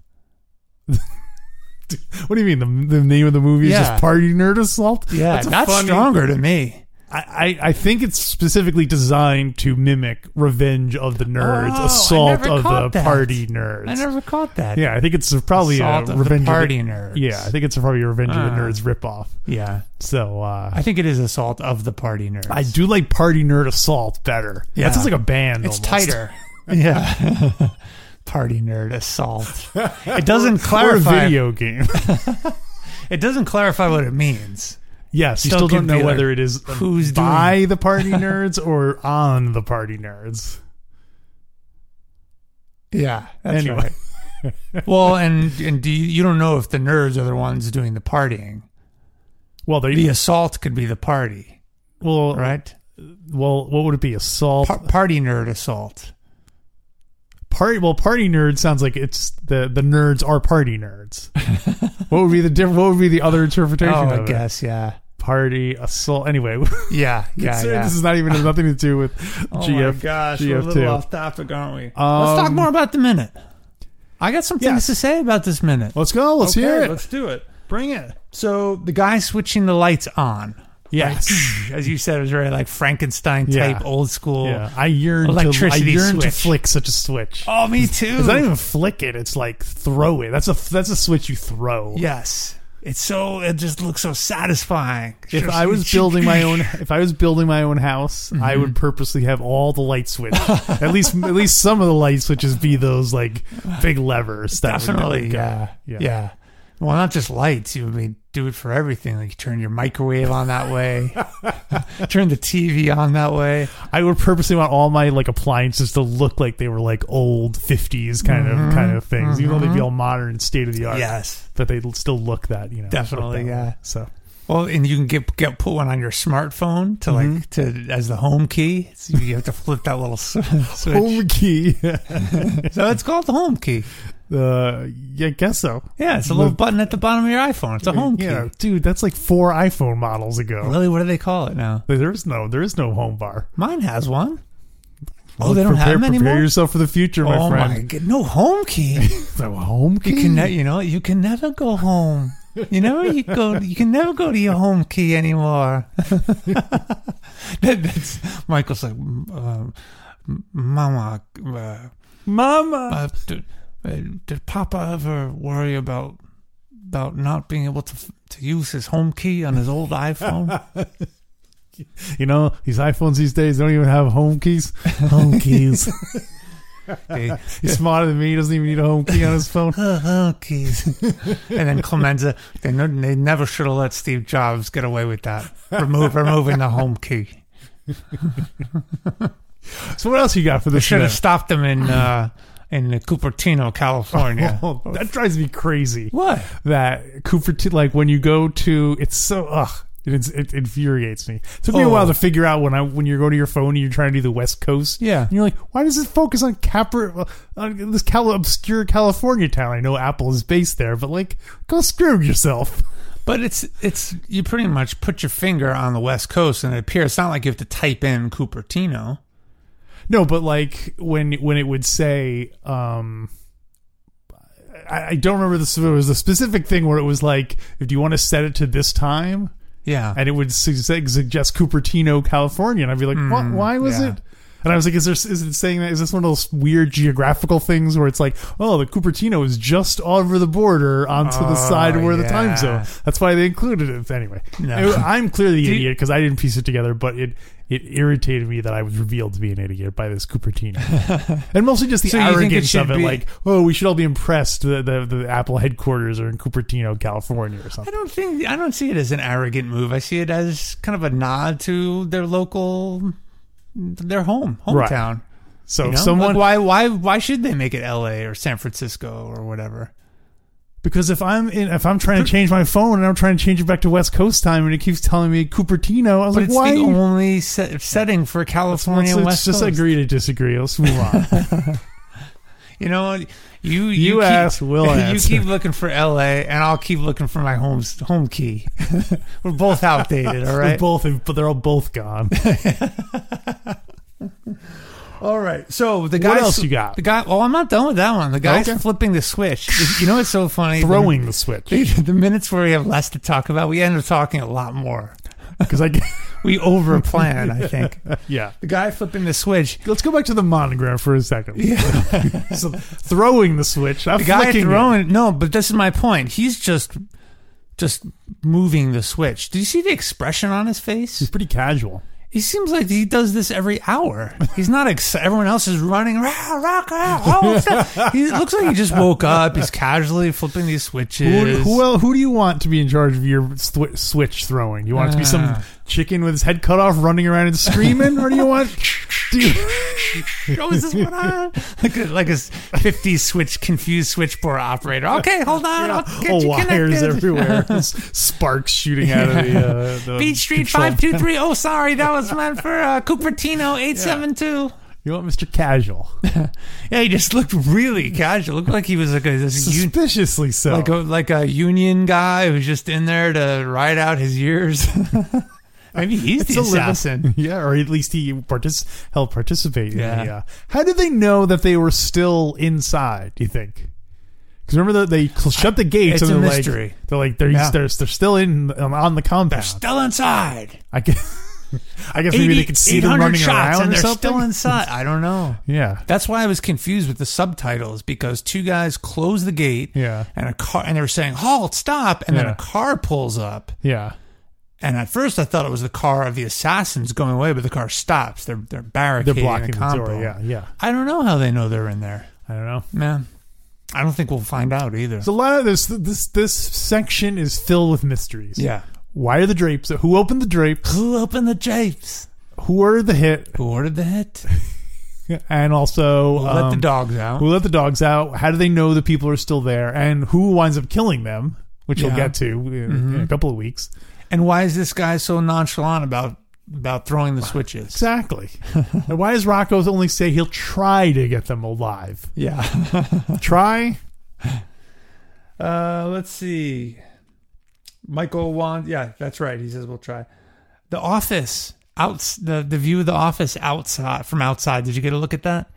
[SPEAKER 1] What do you mean? The, the name of the movie is
[SPEAKER 2] Yeah.
[SPEAKER 1] just Party Nerd Assault?
[SPEAKER 2] Yeah, that's,
[SPEAKER 1] a funny-
[SPEAKER 2] stronger to me.
[SPEAKER 1] I, I, I think it's specifically designed to mimic Revenge of the Nerds,
[SPEAKER 2] Oh, I
[SPEAKER 1] Assault
[SPEAKER 2] never
[SPEAKER 1] of the
[SPEAKER 2] caught that.
[SPEAKER 1] Party Nerds.
[SPEAKER 2] I never caught that.
[SPEAKER 1] yeah, I think it's probably
[SPEAKER 2] assault
[SPEAKER 1] a
[SPEAKER 2] uh, of
[SPEAKER 1] Revenge
[SPEAKER 2] the party
[SPEAKER 1] of
[SPEAKER 2] nerds.
[SPEAKER 1] the, Yeah, I think it's probably a Revenge of
[SPEAKER 2] Ah.
[SPEAKER 1] the Nerds ripoff.
[SPEAKER 2] yeah.
[SPEAKER 1] So uh,
[SPEAKER 2] I think it is assault of the party nerds.
[SPEAKER 1] I do like Party Nerd Assault better.
[SPEAKER 2] Yeah.
[SPEAKER 1] That sounds like a band.
[SPEAKER 2] It's
[SPEAKER 1] almost.
[SPEAKER 2] tighter. yeah. Party nerd assault. It
[SPEAKER 1] Or
[SPEAKER 2] doesn't
[SPEAKER 1] a
[SPEAKER 2] clarify.
[SPEAKER 1] video game.
[SPEAKER 2] It doesn't clarify what it means.
[SPEAKER 1] Yes, you
[SPEAKER 2] Still
[SPEAKER 1] still don't
[SPEAKER 2] can
[SPEAKER 1] know
[SPEAKER 2] be like,
[SPEAKER 1] whether it is
[SPEAKER 2] who's
[SPEAKER 1] by the party nerds or on the party nerds.
[SPEAKER 2] Yeah. That's
[SPEAKER 1] Anyway.
[SPEAKER 2] right. Well, and and do you, you don't know if the nerds are the ones doing the partying.
[SPEAKER 1] Well, there
[SPEAKER 2] The
[SPEAKER 1] you
[SPEAKER 2] assault could be the party,
[SPEAKER 1] well,
[SPEAKER 2] right?
[SPEAKER 1] well, what would it be? Assault
[SPEAKER 2] Pa- party nerd assault.
[SPEAKER 1] party. Well, party nerd sounds like it's the the nerds are party nerds. what would be the different? What would be the other
[SPEAKER 2] Oh,
[SPEAKER 1] interpretation? of
[SPEAKER 2] I
[SPEAKER 1] it?
[SPEAKER 2] guess. Yeah.
[SPEAKER 1] party assault. Anyway,
[SPEAKER 2] Yeah. Yeah.
[SPEAKER 1] sorry,
[SPEAKER 2] yeah.
[SPEAKER 1] this is not even has nothing to do with
[SPEAKER 2] Oh my
[SPEAKER 1] GF.
[SPEAKER 2] gosh, we're a
[SPEAKER 1] GF2.
[SPEAKER 2] little off topic, aren't we?
[SPEAKER 1] Um,
[SPEAKER 2] Let's talk more about the minute. I got some things
[SPEAKER 1] Yes.
[SPEAKER 2] to say about this minute.
[SPEAKER 1] Let's go. Let's hear it.
[SPEAKER 2] do it.
[SPEAKER 1] bring it.
[SPEAKER 2] So the guy switching the lights on,
[SPEAKER 1] Yes.
[SPEAKER 2] as you said, it was very like Frankenstein
[SPEAKER 1] Yeah.
[SPEAKER 2] type, old school.
[SPEAKER 1] Yeah. I yearn to. I
[SPEAKER 2] Electricity
[SPEAKER 1] yearn to
[SPEAKER 2] switch.
[SPEAKER 1] flick such a switch.
[SPEAKER 2] Oh, me too.
[SPEAKER 1] It's not even flick it. It's like throw it. That's a that's a switch you throw.
[SPEAKER 2] yes, it's so. It just looks so satisfying.
[SPEAKER 1] If I was building my own, if I was building my own house, I
[SPEAKER 2] Mm-hmm.
[SPEAKER 1] would purposely have all the light switches. at least, at least some of the light switches be those like big levers. That would- that would
[SPEAKER 2] definitely,
[SPEAKER 1] go.
[SPEAKER 2] yeah,
[SPEAKER 1] Yeah.
[SPEAKER 2] yeah, Well, not just lights. You would do it for everything. Like you turn your microwave on that way, turn the TV on that way.
[SPEAKER 1] I would purposely want all my like appliances to look like they were like old fifties kind
[SPEAKER 2] Mm-hmm.
[SPEAKER 1] of kind of things, even though they'd be all modern, state of the art.
[SPEAKER 2] Yes.
[SPEAKER 1] but they would still look that you know look
[SPEAKER 2] Definitely,
[SPEAKER 1] that
[SPEAKER 2] yeah.
[SPEAKER 1] way. So
[SPEAKER 2] Well, and you can get get put one on your smartphone to like
[SPEAKER 1] Mm-hmm.
[SPEAKER 2] to as the home key. So you have to flip that little s- switch.
[SPEAKER 1] home key.
[SPEAKER 2] So it's called the home key.
[SPEAKER 1] Uh, yeah, I guess so.
[SPEAKER 2] Yeah, it's a little button at the bottom of your iPhone. It's a home key.
[SPEAKER 1] Yeah, dude, that's like four iPhone models ago.
[SPEAKER 2] Really, what do they call it now?
[SPEAKER 1] There is no, there is no home bar.
[SPEAKER 2] Mine has one. Oh,
[SPEAKER 1] Look,
[SPEAKER 2] they don't
[SPEAKER 1] prepare,
[SPEAKER 2] have them
[SPEAKER 1] prepare
[SPEAKER 2] anymore.
[SPEAKER 1] yourself for the future, my
[SPEAKER 2] oh my
[SPEAKER 1] friend.
[SPEAKER 2] god, no home key.
[SPEAKER 1] So home key.
[SPEAKER 2] You can, ne- you know, you can never go home. You know, you go, you can never go to your home key anymore. that, that's Michael's like, um, Mama, uh,
[SPEAKER 1] Mama.
[SPEAKER 2] uh, did, uh, did Papa ever worry about about not being able to f- to use his home key on his old iPhone?
[SPEAKER 1] You know these iPhones these days don't even have home keys. Home keys.
[SPEAKER 2] Okay.
[SPEAKER 1] He's smarter than me. He doesn't even need a home key on his phone.
[SPEAKER 2] Uh, home keys. and then Clemenza, they, no, they never should have let Steve Jobs get away with that. Remove removing the home key.
[SPEAKER 1] So what else you got for
[SPEAKER 2] They
[SPEAKER 1] the
[SPEAKER 2] should
[SPEAKER 1] show?
[SPEAKER 2] have stopped him in uh, in Cupertino, California.
[SPEAKER 1] Oh, that drives me crazy.
[SPEAKER 2] what?
[SPEAKER 1] That Cupertino, like when you go to, it's so ugh. It, it infuriates me. It took me a
[SPEAKER 2] Oh.
[SPEAKER 1] while to figure out when I when you go to your phone and you're trying to do the West Coast.
[SPEAKER 2] Yeah.
[SPEAKER 1] And you're like, why does it focus on Capri, uh, on this Cal- obscure California town? I know Apple is based there, but like, go screw yourself.
[SPEAKER 2] But it's it's you pretty much put your finger on the West Coast and it appears. It's not like you have to type in Cupertino.
[SPEAKER 1] No, but like when when it would say, um, I, I don't remember this. It was a specific thing where it was like, if do you want to set it to this time,
[SPEAKER 2] Yeah.
[SPEAKER 1] and it would su- suggest Cupertino, California, and I'd be like, what? Why was
[SPEAKER 2] Hmm, yeah.
[SPEAKER 1] it? And I was like, is there is it saying that? Is this one of those weird geographical things where it's like, oh, the Cupertino is just over the border onto the side where the time
[SPEAKER 2] Oh, yeah.
[SPEAKER 1] zone. That's why they included it. Anyway,
[SPEAKER 2] No.
[SPEAKER 1] It- I'm clearly the
[SPEAKER 2] you-
[SPEAKER 1] idiot because I didn't piece it together, but it it irritated me that I was revealed to be an idiot by this Cupertino, and mostly just the
[SPEAKER 2] So you think it
[SPEAKER 1] arrogance of
[SPEAKER 2] should
[SPEAKER 1] it.
[SPEAKER 2] be-
[SPEAKER 1] Like, oh, we should all be impressed that the, the Apple headquarters are in Cupertino, California, or
[SPEAKER 2] I
[SPEAKER 1] something.
[SPEAKER 2] don't think I don't see it as an arrogant move. I see it as kind of a nod to their local, their home
[SPEAKER 1] Right.
[SPEAKER 2] hometown.
[SPEAKER 1] So
[SPEAKER 2] you
[SPEAKER 1] if
[SPEAKER 2] know?
[SPEAKER 1] someone
[SPEAKER 2] Like, why why why should they make it L.A. or San Francisco or whatever?
[SPEAKER 1] Because if I'm in, if I'm trying to change my phone and I'm trying to change it back to West Coast time and it keeps telling me Cupertino, I was
[SPEAKER 2] But
[SPEAKER 1] like,
[SPEAKER 2] it's
[SPEAKER 1] why?
[SPEAKER 2] the
[SPEAKER 1] you-
[SPEAKER 2] only set, setting for
[SPEAKER 1] let's,
[SPEAKER 2] California
[SPEAKER 1] let's
[SPEAKER 2] West
[SPEAKER 1] just
[SPEAKER 2] Coast.
[SPEAKER 1] agree to disagree. Let's move on.
[SPEAKER 2] You know, what? you you, keep,
[SPEAKER 1] ask, we'll
[SPEAKER 2] you
[SPEAKER 1] answer.
[SPEAKER 2] keep looking for L.A. and I'll keep looking for my home home key. We're both outdated. All
[SPEAKER 1] They're
[SPEAKER 2] right.
[SPEAKER 1] both, but they're all both gone.
[SPEAKER 2] All right. So the guy.
[SPEAKER 1] What else you got?
[SPEAKER 2] The guy. Well, I'm not done with that one. The guy's
[SPEAKER 1] Okay.
[SPEAKER 2] flipping the switch. You know what's so funny?
[SPEAKER 1] Throwing the switch
[SPEAKER 2] The, the minutes where we have less to talk about, we end up talking a lot more.
[SPEAKER 1] because I,
[SPEAKER 2] We over plan, I think.
[SPEAKER 1] yeah.
[SPEAKER 2] The guy flipping the switch.
[SPEAKER 1] Let's go back to the monogram for a second. so throwing the switch, not
[SPEAKER 2] The guy
[SPEAKER 1] flicking it.
[SPEAKER 2] throwing. No, but this is my point. He's just, just moving the switch. Do you see the expression on his face?
[SPEAKER 1] It's pretty casual.
[SPEAKER 2] He seems like he does this every hour. He's not. Ex- everyone else is running. Rah, rock, rah, oh, stuff." he looks like he just woke up. He's casually flipping these switches.
[SPEAKER 1] Who, who, el- who do you want to be in charge of your swi- switch throwing? Do you want it to be some
[SPEAKER 2] Ah.
[SPEAKER 1] chicken with his head cut off running around and screaming? or do you want. Dude.
[SPEAKER 2] Oh, is this one on? Like a, like a 50 switch, confused switchboard operator. Okay, hold on. I'll get
[SPEAKER 1] oh,
[SPEAKER 2] you
[SPEAKER 1] wires
[SPEAKER 2] connected.
[SPEAKER 1] everywhere, S- sparks shooting out of the, uh, the
[SPEAKER 2] Beach Street
[SPEAKER 1] control.
[SPEAKER 2] 523. Oh, sorry. That was meant for uh, Cupertino 872.
[SPEAKER 1] You want Mr. Casual?
[SPEAKER 2] Yeah. he just looked really casual. Looked like he was like a, this un-
[SPEAKER 1] Suspiciously so.
[SPEAKER 2] like, a, like a union guy who's just in there to ride out his years. Maybe he's
[SPEAKER 1] It's
[SPEAKER 2] the
[SPEAKER 1] a living-
[SPEAKER 2] assassin.
[SPEAKER 1] yeah, or at least he partic- helped participate. Yeah.
[SPEAKER 2] Yeah.
[SPEAKER 1] In the, uh, how did they know that they were still inside? Do you think? Because remember that they cl- shut the gates
[SPEAKER 2] It's
[SPEAKER 1] and
[SPEAKER 2] a
[SPEAKER 1] they're
[SPEAKER 2] mystery.
[SPEAKER 1] like they're like they're
[SPEAKER 2] Yeah.
[SPEAKER 1] they're, they're still in um, on the compound.
[SPEAKER 2] Still inside.
[SPEAKER 1] I guess I guess maybe they
[SPEAKER 2] 80
[SPEAKER 1] could see them
[SPEAKER 2] 800
[SPEAKER 1] running
[SPEAKER 2] shots
[SPEAKER 1] around
[SPEAKER 2] and
[SPEAKER 1] or
[SPEAKER 2] they're
[SPEAKER 1] something.
[SPEAKER 2] still inside. I don't know.
[SPEAKER 1] yeah.
[SPEAKER 2] That's why I was confused with the subtitles because two guys close the gate,
[SPEAKER 1] Yeah.
[SPEAKER 2] and a car, and they were saying "halt, stop," and then
[SPEAKER 1] Yeah.
[SPEAKER 2] a car pulls up,
[SPEAKER 1] Yeah.
[SPEAKER 2] and at first I thought it was the car of the assassins going away, but the car stops. They're they're
[SPEAKER 1] They're
[SPEAKER 2] barricading
[SPEAKER 1] blocking
[SPEAKER 2] the
[SPEAKER 1] the,
[SPEAKER 2] compound.
[SPEAKER 1] door. Yeah. Yeah.
[SPEAKER 2] I don't know how they know they're in there.
[SPEAKER 1] I don't know.
[SPEAKER 2] Man, I don't think we'll find out either.
[SPEAKER 1] So a lot of this this this section is filled with mysteries.
[SPEAKER 2] yeah,
[SPEAKER 1] Why are the drapes? Who opened the drapes?
[SPEAKER 2] who opened the drapes?
[SPEAKER 1] Who ordered the hit?
[SPEAKER 2] Who ordered the hit?
[SPEAKER 1] And also,
[SPEAKER 2] Who let the
[SPEAKER 1] um,
[SPEAKER 2] dogs out?
[SPEAKER 1] who let the dogs out? How do they know the people are still there? And who winds up killing them? Which we'll
[SPEAKER 2] Yeah. Mm-hmm.
[SPEAKER 1] get to in, in a couple of weeks.
[SPEAKER 2] and why is this guy so nonchalant about about throwing the switches?
[SPEAKER 1] Exactly. and why does Rocco only say he'll try to get them alive?
[SPEAKER 2] Yeah.
[SPEAKER 1] Try
[SPEAKER 2] Uh, let's see. Michael Wand. Yeah, that's right. He says we'll try. The office outs the the view of the office outside from outside. Did you get a look at that?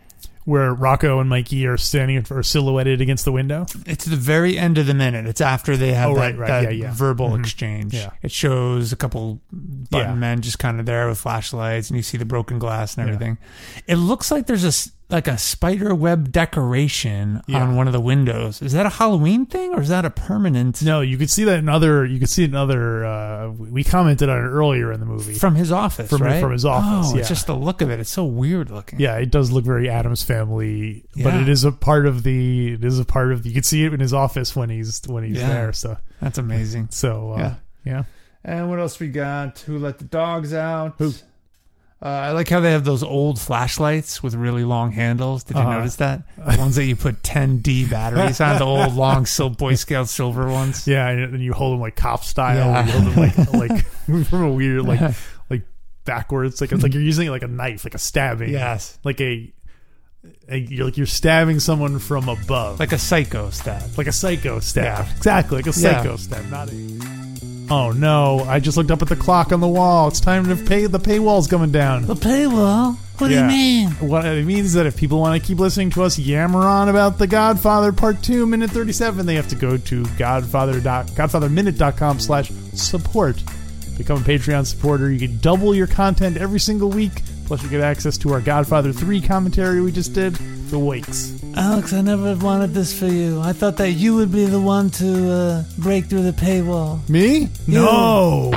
[SPEAKER 1] Where Rocco and Mikey are standing in- or silhouetted against the window.
[SPEAKER 2] It's the very end of the minute. It's after they have
[SPEAKER 1] Oh, right,
[SPEAKER 2] that,
[SPEAKER 1] right.
[SPEAKER 2] that
[SPEAKER 1] Yeah, yeah. Mm-hmm.
[SPEAKER 2] verbal exchange.
[SPEAKER 1] Yeah.
[SPEAKER 2] It shows a couple button
[SPEAKER 1] Yeah.
[SPEAKER 2] men just kind of there with flashlights, and you see the broken glass and
[SPEAKER 1] Yeah.
[SPEAKER 2] everything. It looks like there's a s- like a spider web decoration
[SPEAKER 1] Yeah.
[SPEAKER 2] on one of the windows. Is that a Halloween thing or is that a permanent
[SPEAKER 1] No, you could see that in other. You could see it in other. Uh, we commented on it earlier in the movie.
[SPEAKER 2] from his office?
[SPEAKER 1] From-
[SPEAKER 2] right?
[SPEAKER 1] from his office,
[SPEAKER 2] Oh,
[SPEAKER 1] yeah.
[SPEAKER 2] it's just the look of it. It's so weird looking.
[SPEAKER 1] yeah, it does look very Adams family, but
[SPEAKER 2] Yeah.
[SPEAKER 1] it is a part of the. It is a part of. The, you can see it in his office when he's when he's
[SPEAKER 2] Yeah.
[SPEAKER 1] there. So
[SPEAKER 2] That's amazing.
[SPEAKER 1] so uh,
[SPEAKER 2] Yeah.
[SPEAKER 1] yeah.
[SPEAKER 2] And what else we got? Who let the dogs out?
[SPEAKER 1] Who?
[SPEAKER 2] Uh, I like how they have those old flashlights with really long handles. Did you
[SPEAKER 1] Uh-huh.
[SPEAKER 2] notice that? The ones that you put 10D batteries on, the old long sil- Boy Scout silver ones.
[SPEAKER 1] Yeah, and and you hold him like cop style.
[SPEAKER 2] Yeah.
[SPEAKER 1] You hold him like like from a weird like like backwards. Like it's like you're using it like a knife, like a stabbing.
[SPEAKER 2] Yes.
[SPEAKER 1] like a, a you're like you're stabbing someone from above, like,
[SPEAKER 2] Like a psycho stab.
[SPEAKER 1] a psycho stab.
[SPEAKER 2] Yeah.
[SPEAKER 1] Exactly, like a
[SPEAKER 2] Yeah.
[SPEAKER 1] psycho stab. Not a. Oh no! I just looked up at the clock on the wall. It's time to pay. The paywall's coming down.
[SPEAKER 2] The paywall? What
[SPEAKER 1] Yeah. What it means is that if people want to keep listening to us yammer on about The Godfather Part 2, Minute 37, they have to go to godfather dot godfatherminute.com slash support. Become a Patreon supporter. You get double your content every single week. Plus, you get access to our Godfather 3 commentary we just did, The Wakes.
[SPEAKER 2] Alex, I never wanted this for you. I thought that you would be the one to uh, break through the paywall.
[SPEAKER 1] Me? No.